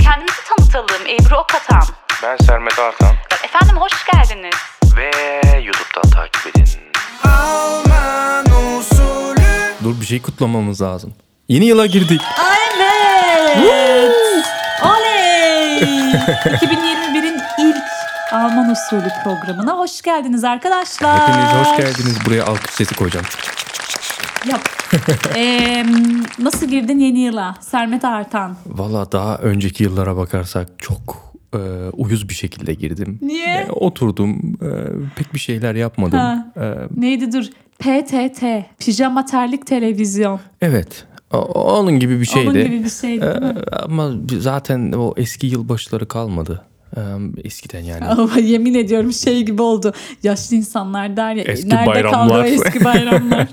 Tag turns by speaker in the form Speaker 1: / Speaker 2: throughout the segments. Speaker 1: Kendimizi tanıtalım. Ebru Okatan.
Speaker 2: Ben Sermet Artan
Speaker 1: Efendim hoş geldiniz.
Speaker 2: ve YouTube'dan takip edin.
Speaker 3: Dur bir şey kutlamamız lazım. Yeni yıla girdik.
Speaker 4: Evet. Oley. 2021'in ilk Alman usulü programına hoş geldiniz arkadaşlar.
Speaker 3: Hepiniz hoş geldiniz. Buraya alkış sesi koyacağım.
Speaker 4: Yap. Eee, nasıl girdin yeni yıla? Sermet Artan.
Speaker 3: Valla daha önceki yıllara bakarsak çok e, uyuz bir şekilde girdim.
Speaker 4: Niye?
Speaker 3: E, oturdum. e, pek bir şeyler yapmadım.
Speaker 4: Ha.
Speaker 3: E,
Speaker 4: Neydi dur? PTT. Pijama terlik televizyon.
Speaker 3: evet. O- onun gibi bir şeydi.
Speaker 4: Onun gibi bir şey. şeydi değil mi?
Speaker 3: E, ama zaten o eski yılbaşları kalmadı. E, eskiden yani.
Speaker 4: Ama yemin ediyorum şey gibi oldu. Yaşlı insanlar der ya.
Speaker 3: Eski
Speaker 4: nerede kaldı o
Speaker 3: bayramlar."
Speaker 4: eski bayramlar?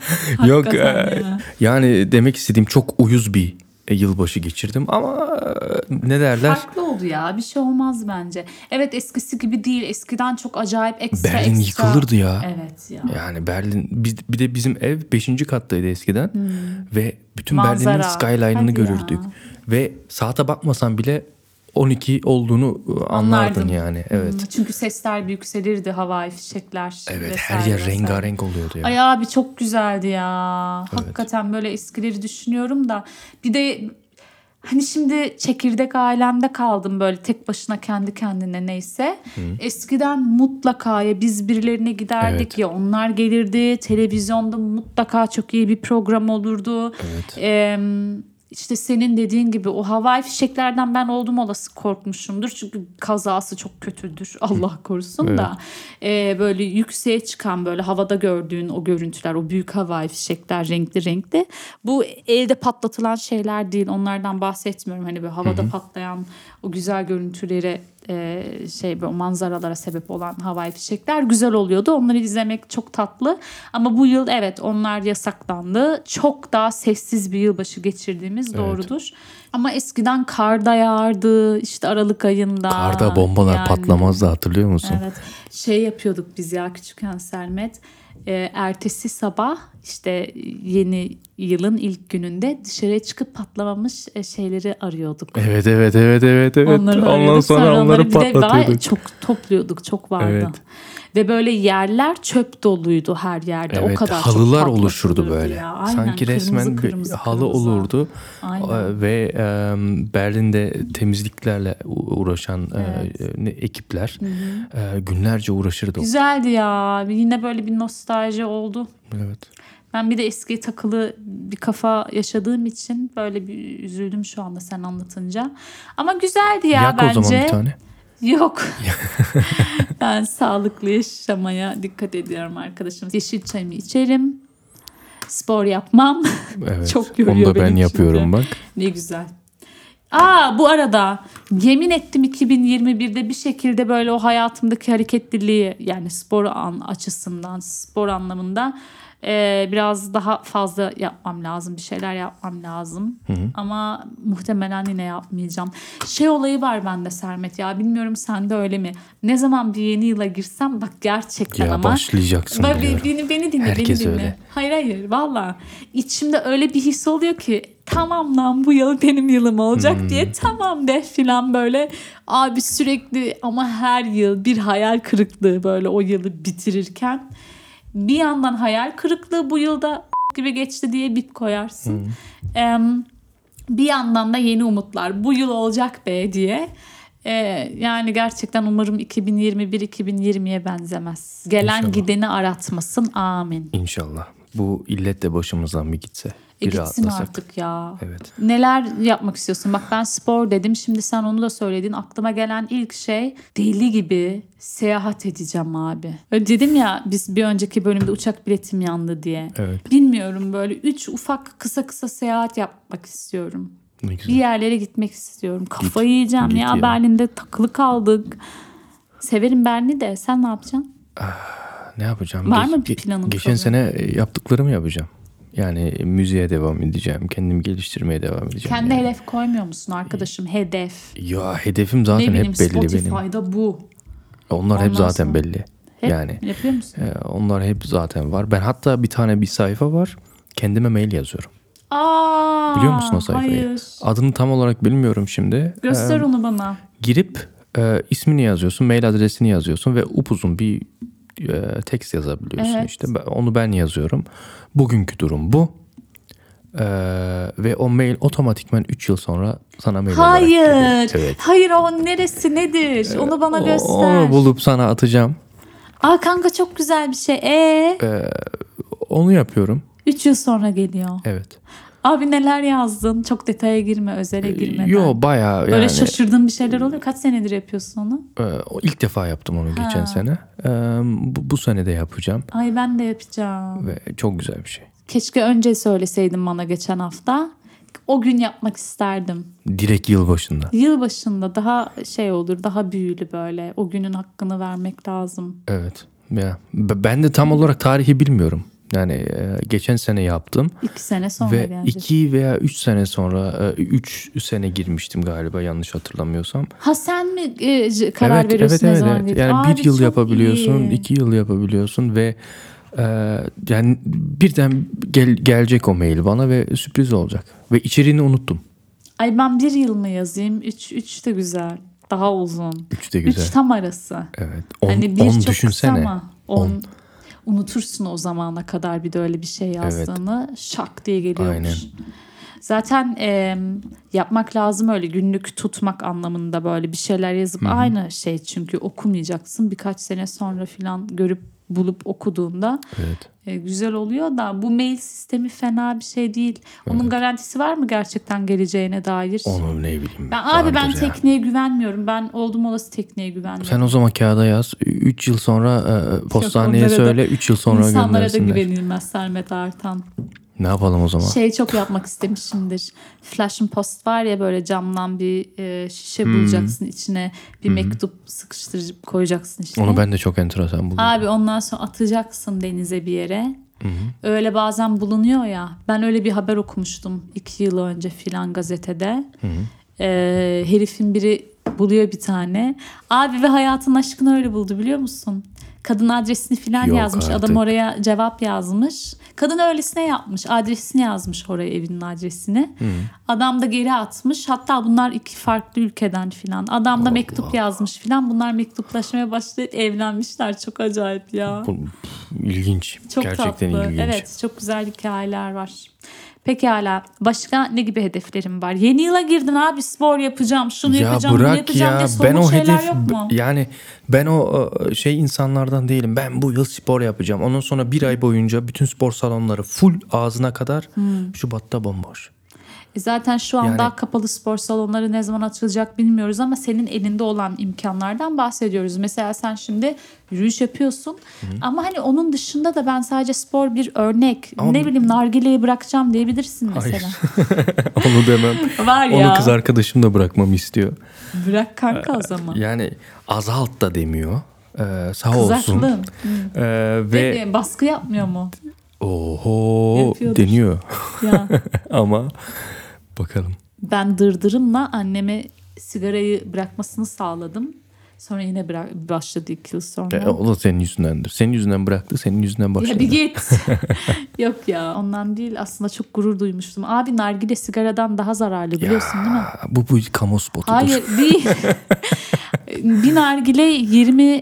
Speaker 3: Yok
Speaker 4: Oh, Hakikaten
Speaker 3: e,
Speaker 4: ya.
Speaker 3: yani demek istediğim çok uyuz bir e, yılbaşı geçirdim ama e, ne derler?
Speaker 4: Farklı oldu ya. Bir şey olmaz bence. Evet eskisi gibi değil. Eskiden çok acayip ekstra
Speaker 3: Berlin
Speaker 4: ekstra.
Speaker 3: yıkılırdı ya.
Speaker 4: Evet ya.
Speaker 3: Yani Berlin biz, bir de bizim ev 5. kattaydı eskiden ve bütün
Speaker 4: Hmm. Manzara.
Speaker 3: Berlin'in skyline'ını
Speaker 4: Hadi ya.
Speaker 3: görürdük. Ve saate bakmasan bile 12 olduğunu e, anlardın
Speaker 4: Anlardım.
Speaker 3: yani. Evet.
Speaker 4: Hmm, Çünkü sesler bir yükselirdi. Havai fişekler.
Speaker 3: Evet,
Speaker 4: vesaire
Speaker 3: her yer
Speaker 4: vesaire.
Speaker 3: rengarenk oluyordu ya.
Speaker 4: Ay abi çok güzeldi ya. Hakikaten böyle eskileri düşünüyorum da. Bir de hani şimdi çekirdek ailemde kaldım böyle tek başına kendi kendine neyse. Eskiden mutlaka ya biz birilerine giderdik
Speaker 3: Evet.
Speaker 4: ya onlar gelirdi. Televizyonda mutlaka çok iyi bir program olurdu. Ee, işte senin dediğin gibi o havai fişeklerden ben oldum olası korkmuşumdur. Çünkü kazası çok kötüdür Allah korusun da. Ee, böyle yükseğe çıkan böyle havada gördüğün o görüntüler o büyük havai fişekler renkli renkli. Bu elde patlatılan şeyler değil onlardan bahsetmiyorum. Hani böyle havada patlayan o güzel görüntülere e, şey böyle o manzaralara sebep olan havai fişekler güzel oluyordu. Onları izlemek çok tatlı. Ama bu yıl evet onlar yasaklandı. Çok daha sessiz bir yılbaşı geçirdiğimiz doğrudur. Ama eskiden karda yağardı. işte Aralık ayında.
Speaker 3: Karda bombalar
Speaker 4: Yani,
Speaker 3: patlamazdı hatırlıyor musun?
Speaker 4: Evet. Şey yapıyorduk biz ya küçükken Sermet. E, ertesi sabah işte yeni yılın ilk gününde dışarıya çıkıp patlamamış e, şeyleri arıyorduk.
Speaker 3: Evet evet evet evet evet.
Speaker 4: Onları
Speaker 3: Ondan
Speaker 4: arıyorduk.
Speaker 3: sonra onları
Speaker 4: bir de daha
Speaker 3: patlatıyorduk.
Speaker 4: çok topluyorduk. Çok vardı.
Speaker 3: Evet.
Speaker 4: Ve böyle yerler çöp doluydu her yerde. o
Speaker 3: Evet,
Speaker 4: kadar çok
Speaker 3: halılar
Speaker 4: patlatılırdı
Speaker 3: oluşurdu böyle.
Speaker 4: ya. Aynen,
Speaker 3: Sanki
Speaker 4: kırmızı,
Speaker 3: resmen
Speaker 4: kırmızı,
Speaker 3: bir halı
Speaker 4: kırmızı.
Speaker 3: olurdu.
Speaker 4: Aynen.
Speaker 3: Ee, Ve e, Berlin'de temizliklerle u- uğraşan e, ne- ekipler e, günlerce uğraşırdı.
Speaker 4: Güzeldi ya. Yine böyle bir nostalji oldu.
Speaker 3: Evet.
Speaker 4: Ben bir de eski takılı bir kafa yaşadığım için böyle bir üzüldüm şu anda sen anlatınca. Ama güzeldi ya
Speaker 3: Yak
Speaker 4: bence.
Speaker 3: o zaman bir tane.
Speaker 4: Yok. ben sağlıklı yaşamaya dikkat ediyorum arkadaşım. Yeşil çayımı içerim. Spor yapmam.
Speaker 3: Evet.
Speaker 4: Çok yoruyor
Speaker 3: Onu da ben
Speaker 4: beni
Speaker 3: yapıyorum
Speaker 4: şimdi.
Speaker 3: bak.
Speaker 4: Ne güzel. Aa bu arada yemin ettim 2021'de bir şekilde böyle o hayatımdaki hareketliliği yani spor an açısından spor anlamında e, biraz daha fazla yapmam lazım bir şeyler yapmam lazım ama muhtemelen yine yapmayacağım. Şey olayı var bende Sermet ya bilmiyorum sende öyle mi? Ne zaman bir yeni yıla girsem bak gerçekten
Speaker 3: Ya
Speaker 4: ama
Speaker 3: başlayacaksın
Speaker 4: Bak,
Speaker 3: biliyorum.
Speaker 4: beni, beni dinle
Speaker 3: Herkes
Speaker 4: beni dinle.
Speaker 3: öyle.
Speaker 4: Hayır hayır valla. İçimde öyle bir his oluyor ki tamam lan bu yıl benim yılım olacak
Speaker 3: Hmm.
Speaker 4: diye tamam de filan böyle. Abi sürekli ama her yıl bir hayal kırıklığı böyle o yılı bitirirken. Bir yandan hayal kırıklığı bu yılda gibi geçti diye bit
Speaker 3: Hmm.
Speaker 4: koyarsın. Em, bir yandan da yeni umutlar. Bu yıl olacak be diye. Ee, yani gerçekten umarım 2021-2020'ye benzemez. Gelen
Speaker 3: İnşallah.
Speaker 4: gideni aratmasın. Amin.
Speaker 3: İnşallah. Bu illet de başımızdan bir gitse.
Speaker 4: E
Speaker 3: Bir
Speaker 4: gitsin
Speaker 3: rahatlasak.
Speaker 4: artık ya.
Speaker 3: Evet.
Speaker 4: Neler yapmak istiyorsun? Bak ben spor dedim. Şimdi sen onu da söyledin. Aklıma gelen ilk şey deli gibi seyahat edeceğim abi. Öyle dedim ya biz bir önceki bölümde uçak biletim yandı diye.
Speaker 3: Evet.
Speaker 4: Bilmiyorum böyle üç ufak kısa kısa seyahat yapmak istiyorum.
Speaker 3: Ne
Speaker 4: Bir
Speaker 3: güzel.
Speaker 4: yerlere gitmek istiyorum. Kafayı yiyeceğim
Speaker 3: git
Speaker 4: ya.
Speaker 3: ya.
Speaker 4: Berlin'de takılı kaldık. Severim Berlin'i de. Sen ne yapacaksın?
Speaker 3: Ne yapacağım?
Speaker 4: Var
Speaker 3: Ge-
Speaker 4: mı bir
Speaker 3: ge-
Speaker 4: planın,
Speaker 3: Geçen
Speaker 4: programın?
Speaker 3: sene e, yaptıklarımı yapacağım. Yani müziğe devam edeceğim. Kendimi geliştirmeye devam edeceğim.
Speaker 4: Kendi
Speaker 3: yani.
Speaker 4: hedef koymuyor musun arkadaşım? Hedef.
Speaker 3: Ya hedefim
Speaker 4: Ne
Speaker 3: zaten
Speaker 4: bileyim
Speaker 3: hep belli benim.
Speaker 4: Spotify'da bu.
Speaker 3: Onlar hep
Speaker 4: Ondan
Speaker 3: zaten
Speaker 4: sonra-
Speaker 3: belli.
Speaker 4: Hep
Speaker 3: Yani
Speaker 4: yapıyor musun?
Speaker 3: e, onlar hep zaten var. Ben hatta bir tane bir sayfa var. Kendime mail yazıyorum.
Speaker 4: Aa,
Speaker 3: Biliyor musun o sayfayı? Ee,
Speaker 4: Hayır.
Speaker 3: Adını tam olarak bilmiyorum şimdi.
Speaker 4: Göster
Speaker 3: Ee,
Speaker 4: onu bana.
Speaker 3: girip e, ismini yazıyorsun, mail adresini yazıyorsun ve upuzun bir e, tekst yazabiliyorsun
Speaker 4: Evet.
Speaker 3: işte. Ben- Onu ben yazıyorum. Bugünkü durum bu. Ee, ve o mail otomatikman 3 yıl sonra sana mail olarak
Speaker 4: Hayır.
Speaker 3: geliyor. Evet. Ee,
Speaker 4: Hayır o neresi nedir? Onu bana
Speaker 3: O-
Speaker 4: göster.
Speaker 3: Onu bulup sana atacağım.
Speaker 4: Aa kanka çok güzel bir şey. E
Speaker 3: Onu yapıyorum.
Speaker 4: 3 yıl sonra geliyor.
Speaker 3: Evet.
Speaker 4: Abi neler yazdın? Çok detaya girme, özele girmeden.
Speaker 3: Ee, Yo bayağı yani.
Speaker 4: Böyle şaşırdığın bir şeyler oluyor. Kaç senedir yapıyorsun onu?
Speaker 3: Ee, o ilk defa yaptım onu geçen sene. Ee, bu, bu sene de yapacağım
Speaker 4: Ay ben de yapacağım.
Speaker 3: ve çok güzel bir şey.
Speaker 4: Keşke önce söyleseydin bana geçen hafta. O gün yapmak isterdim.
Speaker 3: Direkt yılbaşında.
Speaker 4: Yıl başında daha şey olur, daha büyülü böyle. O günün hakkını vermek lazım.
Speaker 3: Evet. Ya b- ben de tam olarak tarihi bilmiyorum. Yani e, geçen sene yaptım
Speaker 4: İki sene sonra
Speaker 3: ve
Speaker 4: gelecek.
Speaker 3: iki veya üç sene sonra e, üç sene girmiştim galiba yanlış hatırlamıyorsam.
Speaker 4: Ha sen mi e, c- karar veriyorsun ne zaman gidip-
Speaker 3: Yani
Speaker 4: Abi
Speaker 3: bir yıl
Speaker 4: çok
Speaker 3: yapabiliyorsun,
Speaker 4: iyi.
Speaker 3: iki yıl yapabiliyorsun ve e, yani birden gel- gelecek o mail bana ve sürpriz olacak ve içeriğini unuttum.
Speaker 4: Ay ben bir yıl mı yazayım? Üç, üç de güzel. Daha uzun.
Speaker 3: Üç de güzel.
Speaker 4: Üç tam arası.
Speaker 3: Evet. On,
Speaker 4: hani bir
Speaker 3: on
Speaker 4: çok
Speaker 3: düşünsene.
Speaker 4: kısa ama on,
Speaker 3: On.
Speaker 4: unutursun o zamana kadar bir de öyle bir şey yazdığını şak diye geliyormuş.
Speaker 3: Aynen.
Speaker 4: Zaten e, yapmak lazım öyle günlük tutmak anlamında böyle bir şeyler yazıp aynı şey çünkü okumayacaksın birkaç sene sonra filan görüp bulup okuduğunda
Speaker 3: Evet.
Speaker 4: e, güzel oluyor da bu mail sistemi fena bir şey değil. Onun garantisi var mı gerçekten geleceğine dair?
Speaker 3: Onu ne bileyim.
Speaker 4: Ben, abi ben
Speaker 3: vardır ya.
Speaker 4: tekneye güvenmiyorum. Ben oldum olası tekneye güvenmiyorum.
Speaker 3: Sen o zaman kağıda yaz. 3 yıl sonra e, postaneye
Speaker 4: onlara da-
Speaker 3: söyle. 3 yıl sonra
Speaker 4: İnsanlara da
Speaker 3: göndersinler.
Speaker 4: güvenilmez Sermet Artan.
Speaker 3: Ne yapalım o zaman?
Speaker 4: Şey çok yapmak istemişimdir. Flash'ın post var ya böyle camdan bir e, şişe
Speaker 3: Hmm.
Speaker 4: bulacaksın içine bir mektup sıkıştırıp koyacaksın işte.
Speaker 3: Onu ben de çok enteresan buldum.
Speaker 4: Abi ondan sonra atacaksın denize bir yere.
Speaker 3: Hmm.
Speaker 4: Öyle bazen bulunuyor ya. Ben öyle bir haber okumuştum iki yıl önce filan gazetede.
Speaker 3: Hmm.
Speaker 4: Ee, herifin biri buluyor bir tane. Abi ve hayatın aşkını öyle buldu biliyor musun? Kadın adresini filan
Speaker 3: Yok
Speaker 4: yazmış. Adam
Speaker 3: artık.
Speaker 4: oraya cevap yazmış. Kadın öylesine yapmış. Adresini yazmış oraya evinin adresini.
Speaker 3: Hmm.
Speaker 4: Adam da geri atmış. Hatta bunlar iki farklı ülkeden filan. Adam da mektup yazmış filan. Bunlar mektuplaşmaya başlayıp evlenmişler. Çok acayip ya.
Speaker 3: Bu- İlginç.
Speaker 4: Çok
Speaker 3: Gerçekten
Speaker 4: tatlı.
Speaker 3: ilginç.
Speaker 4: Evet çok güzel hikayeler var. Peki hala başka ne gibi hedeflerim var? Yeni yıla girdin abi spor yapacağım, şunu
Speaker 3: Ya
Speaker 4: yapacağım, bunu
Speaker 3: bırak
Speaker 4: yapacağım
Speaker 3: ya
Speaker 4: diye
Speaker 3: ben
Speaker 4: somut
Speaker 3: o
Speaker 4: şeyler
Speaker 3: hedef
Speaker 4: yok mu?
Speaker 3: yani ben o e, şey insanlardan değilim. Ben bu yıl spor yapacağım. Ondan sonra bir ay boyunca bütün spor salonları full ağzına kadar
Speaker 4: Hmm.
Speaker 3: Şubat'ta bomboş.
Speaker 4: E Zaten şu anda
Speaker 3: Yani-
Speaker 4: kapalı spor salonları ne zaman açılacak bilmiyoruz ama senin elinde olan imkanlardan bahsediyoruz. Mesela sen şimdi yürüyüş yapıyorsun ama hani onun dışında da ben sadece spor bir örnek. ne bileyim nargileyi bırakacağım diyebilirsin mesela.
Speaker 3: Onu demem.
Speaker 4: Var ya.
Speaker 3: Onu kız arkadaşım da bırakmamı istiyor.
Speaker 4: Bırak kanka o
Speaker 3: Ee,
Speaker 4: zaman.
Speaker 3: Yani azalt da demiyor. Ee, sağ
Speaker 4: Kızaklı.
Speaker 3: olsun.
Speaker 4: Hmm.
Speaker 3: Ee, ve
Speaker 4: E, Baskı yapmıyor mu?
Speaker 3: oho
Speaker 4: Yapıyordur.
Speaker 3: deniyor
Speaker 4: Ya.
Speaker 3: ama bakalım.
Speaker 4: Ben dırdırımla anneme sigarayı bırakmasını sağladım. Sonra yine bırak, başladı iki yıl sonra.
Speaker 3: E, o da senin yüzündendir. Senin yüzünden bıraktı, senin yüzünden
Speaker 4: ya
Speaker 3: başladı.
Speaker 4: bir git. Yok ya ondan değil aslında çok gurur duymuştum. Abi nargile sigaradan daha zararlı biliyorsun değil mi?
Speaker 3: Aa, bu bu kamu spotudur.
Speaker 4: Hayır değil. bir nargile 20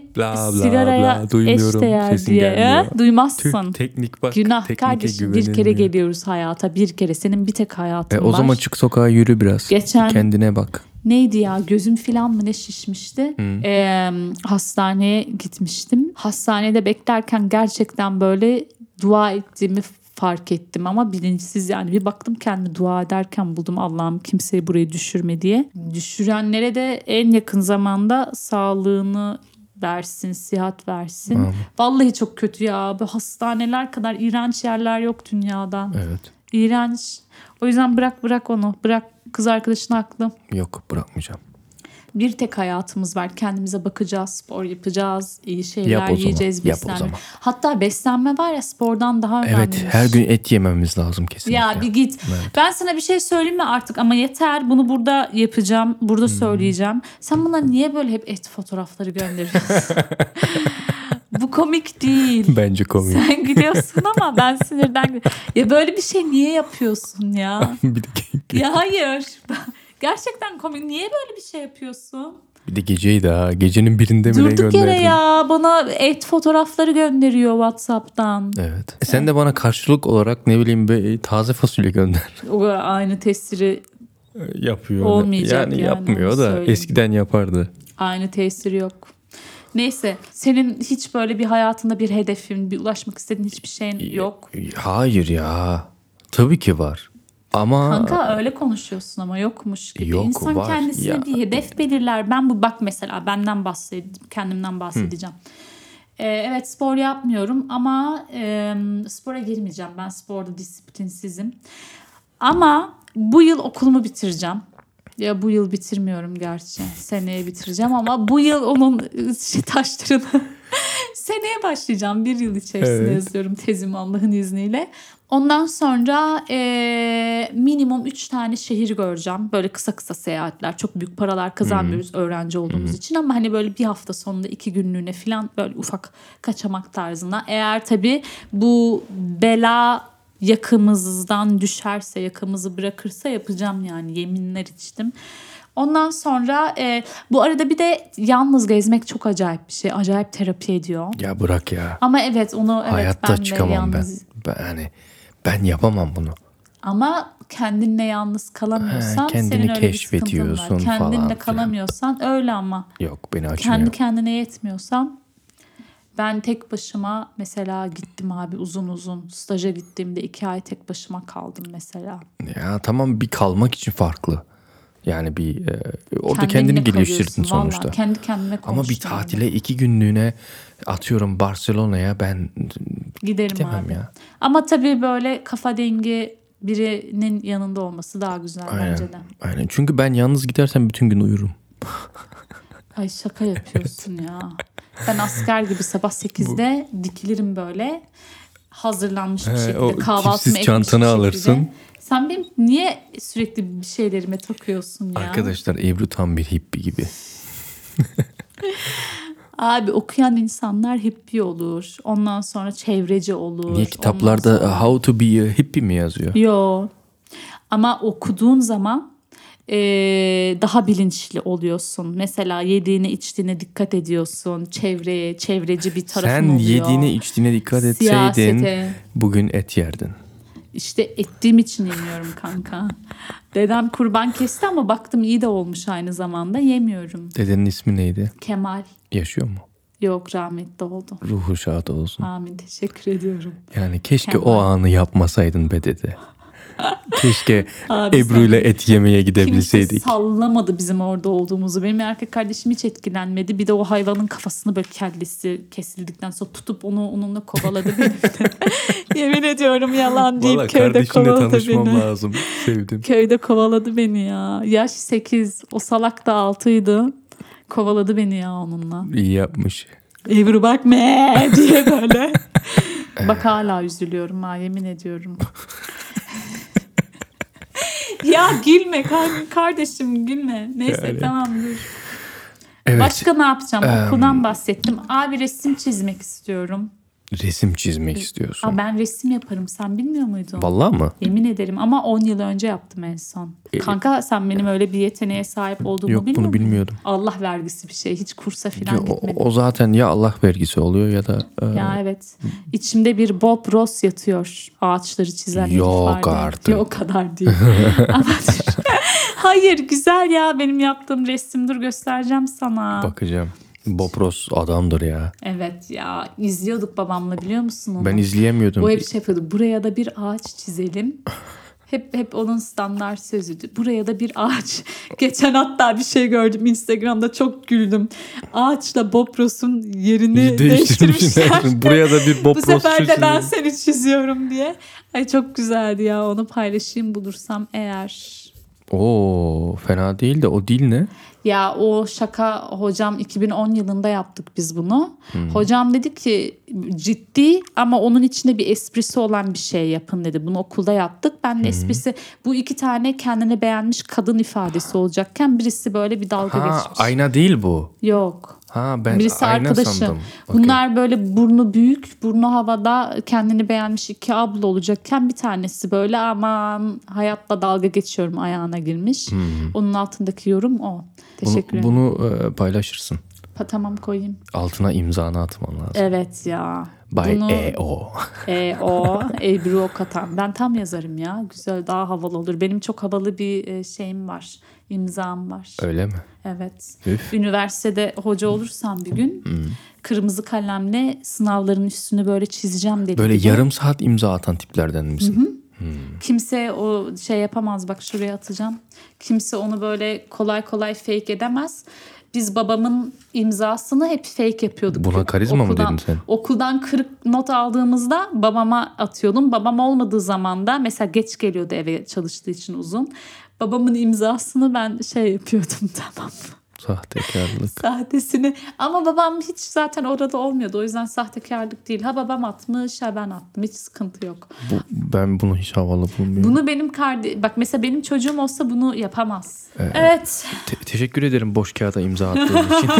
Speaker 3: Bla, bla,
Speaker 4: sigaraya
Speaker 3: bla, duymuyorum.
Speaker 4: eşdeğer
Speaker 3: Sesin
Speaker 4: diye.
Speaker 3: gelmiyor.
Speaker 4: He? Duymazsın.
Speaker 3: Türk teknik bak.
Speaker 4: Günah
Speaker 3: teknike
Speaker 4: kardeşim bir
Speaker 3: güvenilmiyor.
Speaker 4: kere geliyoruz hayata bir kere. Senin bir tek hayatın
Speaker 3: E,
Speaker 4: var.
Speaker 3: o zaman çık sokağa yürü biraz.
Speaker 4: Geçen-
Speaker 3: Kendine bak.
Speaker 4: neydi ya gözüm filan mı ne şişmişti. Ee, hastaneye gitmiştim. Hastanede beklerken gerçekten böyle dua ettiğimi fark ettim ama bilinçsiz yani bir baktım kendimi dua ederken buldum Allah'ım kimseyi buraya düşürme diye. Düşürenlere de en yakın zamanda sağlığını versin, sihat versin. Vallahi çok kötü ya. Bu hastaneler kadar iğrenç yerler yok dünyada.
Speaker 3: Evet.
Speaker 4: İğrenç. O yüzden bırak bırak onu. Bırak kız arkadaşın haklı.
Speaker 3: Yok bırakmayacağım.
Speaker 4: Bir tek hayatımız var. Kendimize bakacağız, spor yapacağız, iyi şeyler
Speaker 3: Yap o zaman, yap
Speaker 4: yiyeceğiz,
Speaker 3: o
Speaker 4: beslenme.
Speaker 3: zaman.
Speaker 4: Hatta beslenme var ya spordan daha önemli.
Speaker 3: Evet, her gün et yememiz lazım kesinlikle.
Speaker 4: Ya bir git. Ben sana bir şey söyleyeyim mi artık ama yeter. Bunu burada yapacağım, burada
Speaker 3: Hmm.
Speaker 4: söyleyeceğim. Sen bana niye böyle hep et fotoğrafları gönderiyorsun? Bu komik değil.
Speaker 3: Bence komik.
Speaker 4: Sen gülüyorsun ama ben sinirden gülüyorum. Ya böyle bir şey niye yapıyorsun ya?
Speaker 3: bir, de,
Speaker 4: ya hayır. Gerçekten komik. Niye böyle bir şey yapıyorsun?
Speaker 3: bir de geceydi ha. Gecenin birinde mi ne
Speaker 4: Durduk yere
Speaker 3: gönderdin?
Speaker 4: ya bana et fotoğrafları gönderiyor WhatsApp'tan.
Speaker 3: Evet. E sen de bana karşılık olarak ne bileyim bir taze fasulye gönder.
Speaker 4: O aynı tesiri
Speaker 3: Yapıyor.
Speaker 4: Olmayacak yani,
Speaker 3: yapmıyor
Speaker 4: onu
Speaker 3: da
Speaker 4: söyleyeyim.
Speaker 3: eskiden yapardı.
Speaker 4: aynı tesiri yok. Neyse senin hiç böyle bir hayatında bir hedefin, bir ulaşmak istediğin hiçbir şeyin yok.
Speaker 3: Hayır ya. Tabii ki var. Ama
Speaker 4: Kanka öyle konuşuyorsun ama yokmuş gibi.
Speaker 3: Yok,
Speaker 4: İnsan
Speaker 3: var.
Speaker 4: kendisine
Speaker 3: Ya.
Speaker 4: bir hedef belirler. Ben bu bak mesela benden bahsedeyim, kendimden bahsedeceğim. Ee, evet spor yapmıyorum ama e, spora girmeyeceğim. Ben sporda disiplinsizim. Ama bu yıl okulumu bitireceğim. Ya bu yıl bitirmiyorum gerçi. Seneye bitireceğim ama bu yıl onun e, şey, taşlarını seneye başlayacağım. Bir yıl içerisinde
Speaker 3: Evet.
Speaker 4: yazıyorum tezimi Allah'ın izniyle. Ondan sonra eee, minimum 3 tane şehir göreceğim. Böyle kısa kısa seyahatler. Çok büyük paralar kazanmıyoruz öğrenci olduğumuz için. Ama hani böyle bir hafta sonunda iki günlüğüne falan böyle ufak kaçamak tarzına. Eğer tabii bu bela yakamızdan düşerse, yakamızı bırakırsa yapacağım yani. Yeminler içtim. Ondan sonra eee, bu arada bir de yalnız gezmek çok acayip bir şey. Acayip terapi ediyor.
Speaker 3: ya bırak ya.
Speaker 4: Ama evet onu evet,
Speaker 3: Hayatta
Speaker 4: ben de
Speaker 3: çıkamam ben.
Speaker 4: yalnız
Speaker 3: ben. Yani ben yapamam bunu.
Speaker 4: Ama kendinle yalnız kalamıyorsan
Speaker 3: Ha, kendini
Speaker 4: senin öyle bir
Speaker 3: keşfediyorsun
Speaker 4: sıkıntın var. Kendinle
Speaker 3: falan filan.
Speaker 4: kalamıyorsan öyle ama
Speaker 3: Yok beni açmıyor.
Speaker 4: kendi kendine yetmiyorsan ben tek başıma mesela gittim abi uzun uzun staja gittiğimde iki ay tek başıma kaldım mesela.
Speaker 3: Ya tamam bir kalmak için farklı. Yani bir e, orada
Speaker 4: Kendinle
Speaker 3: kendini geliştirdin
Speaker 4: kalıyorsun,
Speaker 3: sonuçta.
Speaker 4: Vallahi. Kendi kendime
Speaker 3: Ama bir
Speaker 4: konuştum yani.
Speaker 3: tatile iki günlüğüne atıyorum Barcelona'ya ben
Speaker 4: Giderim
Speaker 3: gidemem
Speaker 4: abi.
Speaker 3: ya.
Speaker 4: Ama tabii böyle kafa dengi birinin yanında olması daha güzel
Speaker 3: Aynen.
Speaker 4: bence de.
Speaker 3: Aynen. Çünkü ben yalnız gidersem bütün gün uyurum.
Speaker 4: Ay şaka yapıyorsun ya. Ben asker gibi sabah 8'de dikilirim böyle. Hazırlanmış bir
Speaker 3: He,
Speaker 4: şekilde
Speaker 3: o
Speaker 4: kahvaltımı
Speaker 3: tipsiz
Speaker 4: etmiş
Speaker 3: çantanı
Speaker 4: bir şekilde.
Speaker 3: alırsın.
Speaker 4: Sen benim niye sürekli bir şeylerime takıyorsun ya?
Speaker 3: Arkadaşlar Ebru tam bir hippi gibi.
Speaker 4: Abi okuyan insanlar hippie olur. Ondan sonra çevreci olur.
Speaker 3: Niye kitaplarda e,
Speaker 4: Ondan sonra-
Speaker 3: how to be a hippie mi yazıyor?
Speaker 4: Yo. Ama okuduğun zaman eee, daha bilinçli oluyorsun. Mesela yediğine içtiğine dikkat ediyorsun. Çevreye, çevreci bir tarafın
Speaker 3: Sen
Speaker 4: oluyor.
Speaker 3: yediğine içtiğine dikkat etseydin
Speaker 4: Siyasete.
Speaker 3: bugün et yerdin.
Speaker 4: İşte ettiğim için yemiyorum kanka. Dedem kurban kesti ama baktım iyi de olmuş aynı zamanda. Yemiyorum.
Speaker 3: Dedenin ismi neydi?
Speaker 4: Kemal
Speaker 3: Yaşıyor mu?
Speaker 4: yok rahmetli oldu.
Speaker 3: Ruhu şad olsun.
Speaker 4: Amin teşekkür ediyorum.
Speaker 3: Yani keşke
Speaker 4: Kemal.
Speaker 3: o anı yapmasaydın be dede. Keşke
Speaker 4: Abi
Speaker 3: Ebru ile et yemeye
Speaker 4: Kimse
Speaker 3: gidebilseydik.
Speaker 4: sallamadı bizim orada olduğumuzu. Benim erkek kardeşim hiç etkilenmedi. Bir de o hayvanın kafasını böyle kellesi kesildikten sonra tutup onu onunla kovaladı beni. Yemin ediyorum yalan deyip köyde kovaladı beni.
Speaker 3: lazım. Sevdim.
Speaker 4: Köyde kovaladı beni ya. Yaş 8. O salak da 6'ydı. Kovaladı beni ya onunla.
Speaker 3: İyi yapmış.
Speaker 4: Ebru bak me diye böyle. bak hala üzülüyorum ha yemin ediyorum. ya gülme kar- kardeşim gülme. Neyse
Speaker 3: Yani.
Speaker 4: tamam dur.
Speaker 3: Evet.
Speaker 4: Başka ne yapacağım? Okuldan bahsettim. Abi resim çizmek istiyorum.
Speaker 3: Resim çizmek istiyorsun.
Speaker 4: Aa, ben resim yaparım. Sen bilmiyor muydun?
Speaker 3: Vallahi mı?
Speaker 4: Yemin ederim ama 10 yıl önce yaptım en son. Kanka sen benim öyle bir yeteneğe sahip olduğumu
Speaker 3: E, Yok, bunu
Speaker 4: bilmiyor muydun?
Speaker 3: bilmiyordum.
Speaker 4: Allah vergisi bir şey. Hiç kursa
Speaker 3: Ya,
Speaker 4: falan
Speaker 3: o,
Speaker 4: gitmedim.
Speaker 3: o zaten ya Allah vergisi oluyor ya da e,
Speaker 4: Ya evet. İçimde bir Bob Ross yatıyor. Ağaçları çizen herif
Speaker 3: Yok
Speaker 4: var diye.
Speaker 3: artık.
Speaker 4: Yok o kadar değil. Ama Hayır güzel ya benim yaptığım resim dur göstereceğim sana.
Speaker 3: bakacağım. Bopros adamdır ya.
Speaker 4: Evet ya izliyorduk babamla biliyor musun onu?
Speaker 3: Ben izleyemiyordum.
Speaker 4: O hep şey yapıyordu. Buraya da bir ağaç çizelim. Hep hep onun standart sözüydü. Buraya da bir ağaç. Geçen hatta bir şey gördüm Instagram'da çok güldüm. Ağaçla Bopros'un yerini değiştirmişler.
Speaker 3: Değiştirmişler. Buraya da bir
Speaker 4: Bu
Speaker 3: Bopros
Speaker 4: sefer de ben
Speaker 3: çizilmiş.
Speaker 4: seni çiziyorum diye. Ay çok güzeldi ya onu paylaşayım bulursam eğer.
Speaker 3: Oo fena değil de o dil ne?
Speaker 4: Ya o şaka hocam 2010 yılında yaptık biz bunu.
Speaker 3: Hmm.
Speaker 4: Hocam dedi ki ciddi ama onun içinde bir esprisi olan bir şey yapın dedi. Bunu okulda yaptık.
Speaker 3: Hmm.
Speaker 4: Ben de esprisi bu iki tane kendini beğenmiş kadın ifadesi olacakken birisi böyle bir dalga
Speaker 3: Ha
Speaker 4: geçmiş.
Speaker 3: ayna değil bu.
Speaker 4: Yok.
Speaker 3: Ha ben
Speaker 4: Birisi
Speaker 3: ayna
Speaker 4: arkadaşı.
Speaker 3: sandım. Okey.
Speaker 4: Bunlar böyle burnu büyük, burnu havada kendini beğenmiş iki abla olacakken bir tanesi böyle aman hayatla dalga geçiyorum ayağına girmiş. Onun altındaki yorum o.
Speaker 3: Hmm. bunu,
Speaker 4: Teşekkür ederim.
Speaker 3: bunu e, paylaşırsın.
Speaker 4: Ha, tamam koyayım.
Speaker 3: Altına imzanı atman lazım.
Speaker 4: Evet ya.
Speaker 3: By
Speaker 4: bunu-
Speaker 3: EO.
Speaker 4: E, o Ebru Okatan. Ben tam yazarım ya. Güzel daha havalı olur. Benim çok havalı bir e, şeyim var. imzam var.
Speaker 3: Öyle mi?
Speaker 4: Evet.
Speaker 3: Üf. Hmm.
Speaker 4: Üniversitede hoca olursam bir gün kırmızı kalemle sınavların üstünü böyle çizeceğim dedi.
Speaker 3: Böyle yarım saat imza atan tiplerden misin?
Speaker 4: Kimse o şey yapamaz bak şuraya atacağım. Kimse onu böyle kolay kolay fake edemez. Biz babamın imzasını hep fake yapıyorduk.
Speaker 3: Buna karizma mı
Speaker 4: Okuldan-
Speaker 3: dedin sen?
Speaker 4: Okuldan kırık not aldığımızda babama atıyordum. Babam olmadığı zaman da mesela geç geliyordu eve çalıştığı için uzun. Babamın imzasını ben şey yapıyordum tamam mı?
Speaker 3: Sahtekarlık.
Speaker 4: sahtesini. Ama babam hiç zaten orada olmuyordu. O yüzden sahtekarlık değil. Ha babam atmış ha ben attım. Hiç sıkıntı yok.
Speaker 3: Bu, ben bunu hiç havalı bulmuyorum.
Speaker 4: Bunu benim kardeşim... Bak mesela benim çocuğum olsa bunu yapamaz. Evet.
Speaker 3: Te- teşekkür ederim boş kağıda imza attığın için.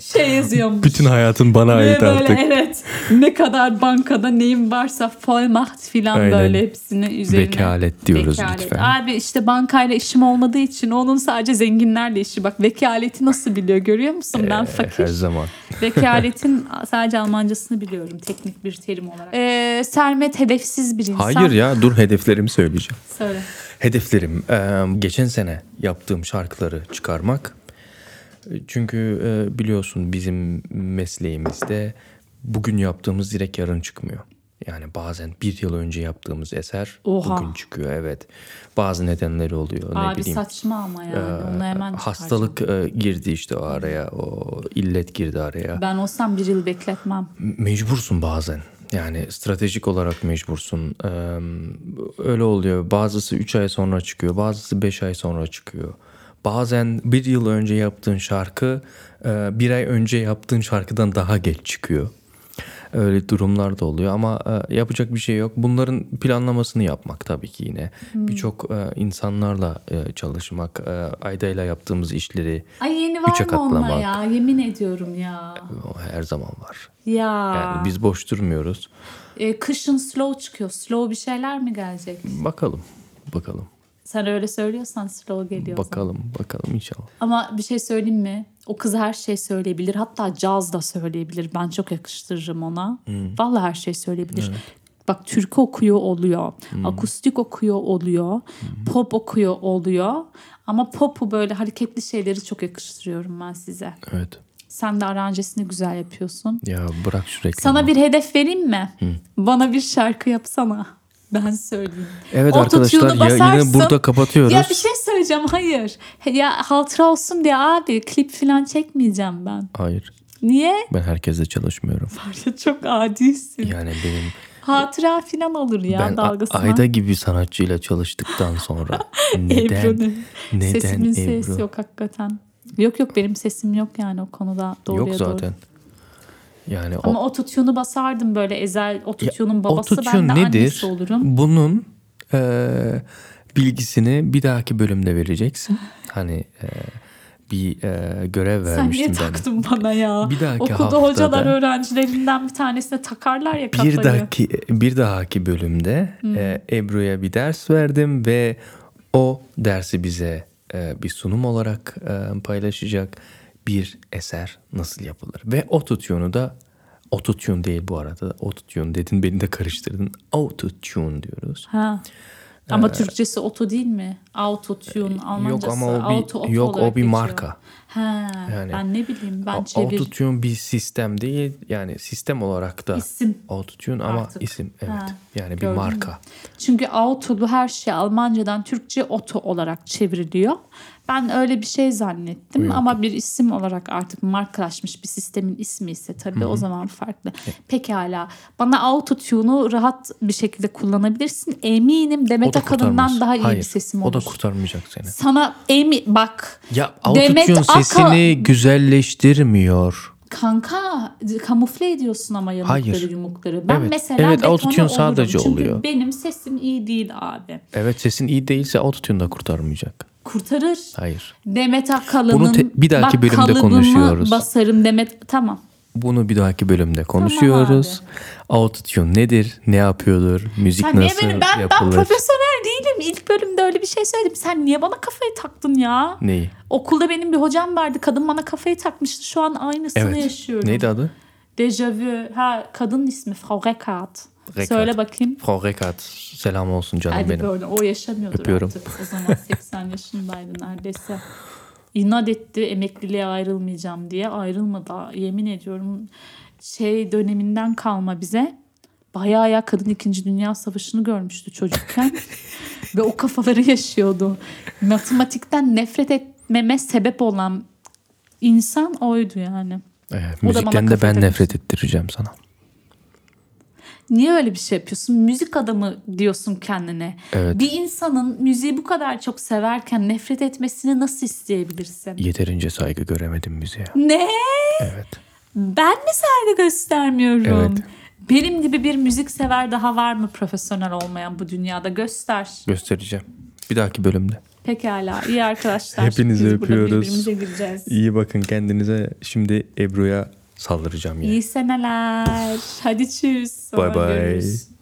Speaker 4: Şey yazıyormuş.
Speaker 3: Bütün hayatın bana
Speaker 4: Ve
Speaker 3: ait
Speaker 4: böyle
Speaker 3: artık.
Speaker 4: evet ne kadar bankada neyim varsa Vollmacht filan
Speaker 3: Aynen.
Speaker 4: böyle hepsini üzerine.
Speaker 3: Vekalet diyoruz lütfen.
Speaker 4: Abi işte bankayla işim olmadığı için onun sadece zenginlerle işi. Bak vekaleti nasıl biliyor görüyor musun? Ben
Speaker 3: Ee, Her
Speaker 4: fakir.
Speaker 3: zaman.
Speaker 4: Vekaletin sadece Almancasını biliyorum teknik bir terim olarak. Ee, Sermet hedefsiz bir insan.
Speaker 3: Hayır ya dur hedeflerimi söyleyeceğim.
Speaker 4: Söyle.
Speaker 3: Hedeflerim e, geçen sene yaptığım şarkıları çıkarmak. Çünkü e, biliyorsun bizim mesleğimizde bugün yaptığımız direkt yarın çıkmıyor. Yani bazen bir yıl önce yaptığımız eser
Speaker 4: Oha.
Speaker 3: bugün çıkıyor evet. Bazı nedenleri oluyor ne
Speaker 4: Abi
Speaker 3: bileyim. Ee,
Speaker 4: saçma ama yani onu hemen çıkaracağım.
Speaker 3: Hastalık e, girdi işte o araya o illet girdi araya.
Speaker 4: Ben olsam bir yıl bekletmem.
Speaker 3: mecbursun bazen. Yani stratejik olarak mecbursun. Ee, öyle oluyor. Bazısı 3 ay sonra çıkıyor. Bazısı 5 ay sonra çıkıyor. Bazen bir yıl önce yaptığın şarkı e, bir ay önce yaptığın şarkıdan daha geç çıkıyor. Öyle durumlar da oluyor ama e, yapacak bir şey yok. Bunların planlamasını yapmak tabii ki yine. Birçok e, insanlarla e, çalışmak, e, Ayda'yla yaptığımız işleri
Speaker 4: Ay yeni var
Speaker 3: Üçe
Speaker 4: mı onunla
Speaker 3: katlamak.
Speaker 4: ya? Yemin ediyorum ya.
Speaker 3: o her zaman var.
Speaker 4: Ya.
Speaker 3: Yani biz boş durmuyoruz.
Speaker 4: Ee, kışın slow çıkıyor. Slow bir şeyler mi gelecek?
Speaker 3: Bakalım, bakalım.
Speaker 4: Sen öyle söylüyorsan slow geliyor. o zaman.
Speaker 3: Bakalım bakalım inşallah.
Speaker 4: Ama bir şey söyleyeyim mi? O kız her şey söyleyebilir. Hatta caz da söyleyebilir. Ben çok yakıştırırım ona.
Speaker 3: Hmm.
Speaker 4: Vallahi her şey söyleyebilir. Bak türkü okuyor oluyor.
Speaker 3: Hmm.
Speaker 4: Akustik okuyor oluyor. Pop okuyor oluyor. Ama popu böyle hareketli şeyleri çok yakıştırıyorum ben size.
Speaker 3: Evet.
Speaker 4: Sen de aranjesini güzel yapıyorsun.
Speaker 3: Ya bırak şu reklamı.
Speaker 4: Sana bir hedef vereyim mi? Bana bir şarkı yapsana. Ben söyleyeyim.
Speaker 3: Evet
Speaker 4: Autotune'u
Speaker 3: arkadaşlar yayını
Speaker 4: basarsın.
Speaker 3: burada kapatıyoruz.
Speaker 4: Ya bir şey söyleyeceğim hayır. Ya hatıra olsun diye abi klip falan çekmeyeceğim ben.
Speaker 3: Hayır.
Speaker 4: Niye?
Speaker 3: Ben herkesle çalışmıyorum.
Speaker 4: Ya Çok adisin.
Speaker 3: Yani benim
Speaker 4: Hatıra falan olur ya
Speaker 3: ben A-
Speaker 4: dalgasına.
Speaker 3: Ayda gibi sanatçıyla çalıştıktan sonra neden
Speaker 4: Ebru ne?
Speaker 3: neden
Speaker 4: Sesimin
Speaker 3: Ebru?
Speaker 4: sesi yok hakikaten. Yok yok benim sesim yok yani o konuda doğruya
Speaker 3: Yok
Speaker 4: doğru.
Speaker 3: zaten. Yani o
Speaker 4: Ama ototune'u basardım böyle ezel ototune'un babası
Speaker 3: Ototune
Speaker 4: ben de
Speaker 3: nedir?
Speaker 4: annesi olurum.
Speaker 3: Bunun eee, bilgisini bir dahaki bölümde vereceksin. Hani eee, bir eee, görev
Speaker 4: Sen niye
Speaker 3: vermiştim ben.
Speaker 4: taktın bana ya?
Speaker 3: Bir dahaki
Speaker 4: Okulda
Speaker 3: haftada-
Speaker 4: hocalar öğrencilerinden bir tanesine takarlar ya kafayı. Hmm.
Speaker 3: Bir dahaki bir dahaki bölümde e, Ebru'ya bir ders verdim ve o dersi bize e, bir sunum olarak e, paylaşacak bir eser nasıl yapılır ve ototune'u da ototune değil bu arada ototune dedin beni de karıştırdın autotune diyoruz.
Speaker 4: Ha. Ama Türkçesi oto değil mi? Autotune, Almancası.
Speaker 3: Ee, e, ama o bir-
Speaker 4: auto, auto
Speaker 3: yok, o
Speaker 4: olarak
Speaker 3: bir
Speaker 4: geçiyor.
Speaker 3: marka.
Speaker 4: Ha,
Speaker 3: Yani-
Speaker 4: ben ne bileyim ben
Speaker 3: A-
Speaker 4: çevir.
Speaker 3: Autotune bir sistem değil yani sistem olarak da
Speaker 4: İsim.
Speaker 3: autotune ama
Speaker 4: Artık.
Speaker 3: isim evet
Speaker 4: Ha,
Speaker 3: yani bir
Speaker 4: gördün mü?
Speaker 3: marka.
Speaker 4: Çünkü autolu her şey Almancadan Türkçe oto olarak çevriliyor. Ben öyle bir şey zannettim ama bir isim olarak artık markalaşmış bir sistemin ismi ise tabii o zaman farklı.
Speaker 3: E.
Speaker 4: Pekala bana autotune'u rahat bir şekilde kullanabilirsin. Eminim
Speaker 3: O
Speaker 4: Demet
Speaker 3: da kurtarmaz.
Speaker 4: Akalın'dan daha iyi
Speaker 3: Hayır,
Speaker 4: bir sesim
Speaker 3: O
Speaker 4: olur.
Speaker 3: da kurtarmayacak seni.
Speaker 4: Sana emi bak
Speaker 3: Ya
Speaker 4: Demet
Speaker 3: autotune
Speaker 4: Aka-
Speaker 3: sesini güzelleştirmiyor.
Speaker 4: Kanka kamufle ediyorsun ama yamukları
Speaker 3: Hayır.
Speaker 4: yumukları. Ben
Speaker 3: Evet.
Speaker 4: mesela
Speaker 3: Evet,
Speaker 4: betone
Speaker 3: autotune
Speaker 4: olurum.
Speaker 3: sadece
Speaker 4: Çünkü
Speaker 3: oluyor.
Speaker 4: benim sesim iyi değil abi.
Speaker 3: Evet sesin iyi değilse autotune da kurtarmayacak.
Speaker 4: Kurtarır.
Speaker 3: Hayır.
Speaker 4: Demet Akalın'ın
Speaker 3: Bunu te- bir dahaki
Speaker 4: bak
Speaker 3: bölümde
Speaker 4: kalıbımı
Speaker 3: konuşuyoruz.
Speaker 4: basarım Demet. Tamam.
Speaker 3: Bunu bir dahaki bölümde konuşuyoruz. Autotune nedir? Ne yapıyordur? Müzik
Speaker 4: Sen niye
Speaker 3: nasıl
Speaker 4: beni ben, ben
Speaker 3: yapılır?
Speaker 4: profesyonel değilim. İlk bölümde öyle bir şey söyledim. Sen niye bana kafayı taktın ya?
Speaker 3: Neyi?
Speaker 4: Okulda benim bir hocam vardı. Kadın bana kafayı takmıştı. Şu an aynısını
Speaker 3: Evet.
Speaker 4: yaşıyorum.
Speaker 3: Neydi adı?
Speaker 4: Dejavü. Ha kadın ismi Frau Reckart.
Speaker 3: Reckart.
Speaker 4: Söyle bakayım.
Speaker 3: Frau Rekat. Selam olsun canım
Speaker 4: Hadi
Speaker 3: benim.
Speaker 4: böyle o yaşamıyordur
Speaker 3: Öpüyorum.
Speaker 4: artık. O zaman 80 yaşındaydı neredeyse. İnat etti emekliliğe ayrılmayacağım diye. Ayrılmadı. Yemin ediyorum şey döneminden kalma bize. Bayağı ya kadın 2. Dünya Savaşı'nı görmüştü çocukken. Ve o kafaları yaşıyordu. Matematikten nefret etmeme sebep olan insan oydu yani.
Speaker 3: Ee,
Speaker 4: bana
Speaker 3: müzikten de
Speaker 4: kafa
Speaker 3: ben
Speaker 4: takmış.
Speaker 3: nefret ettireceğim sana.
Speaker 4: Niye öyle bir şey yapıyorsun? Müzik adamı diyorsun kendine.
Speaker 3: Evet.
Speaker 4: Bir insanın müziği bu kadar çok severken nefret etmesini nasıl isteyebilirsin?
Speaker 3: Yeterince saygı göremedim müziğe.
Speaker 4: Ne?
Speaker 3: Evet.
Speaker 4: Ben mi saygı göstermiyorum?
Speaker 3: Evet.
Speaker 4: Benim gibi bir müzik sever daha var mı profesyonel olmayan bu dünyada? Göster.
Speaker 3: Göstereceğim. Bir dahaki bölümde.
Speaker 4: Pekala. İyi arkadaşlar.
Speaker 3: Hepinizi
Speaker 4: Biz burada
Speaker 3: öpüyoruz.
Speaker 4: birbirimize gireceğiz. İyi,
Speaker 3: İyi bakın kendinize. Şimdi Ebru'ya saldıracağım yine.
Speaker 4: seneler. Hadi çüss. Sonra
Speaker 3: Bye bye.
Speaker 4: görüşürüz.